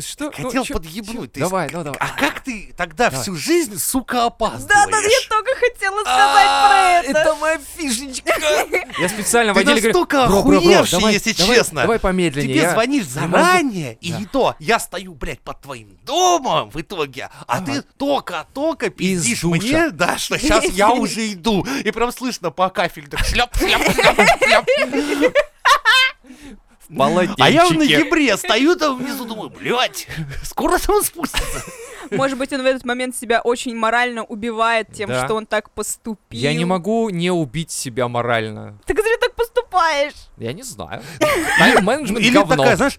Что? ну, Хотел чё- подъебнуть. чё- ты Давай, с- ну давай. А как ты тогда Давай. всю жизнь, сука, Да, да, я опаздываешь? только хотела А, сказать про это. моя фишечка. Я специально в Ты отделе говорю, настолько «Бро, бро, бро, охуевший, давай- если давай- честно. Давай помедленнее. Тебе я- звонишь не могу». заранее, и Да. не то. Я стою, блядь, под твоим домом в итоге, а Да. ты только-только Из пиздишь душа. мне, да, что сейчас я уже иду. И прям слышно по кафель так шляп, шляп, шляп, шляп. Полотенчики. А я в ноябре стою там внизу, думаю, блядь, скоро там спустится. Может быть, он в этот момент себя очень морально убивает тем, Да. что он так поступил. Я не могу не убить себя морально. Ты зря так поступаешь. Я не знаю. Тайм-менеджмент Или говно. такая, знаешь,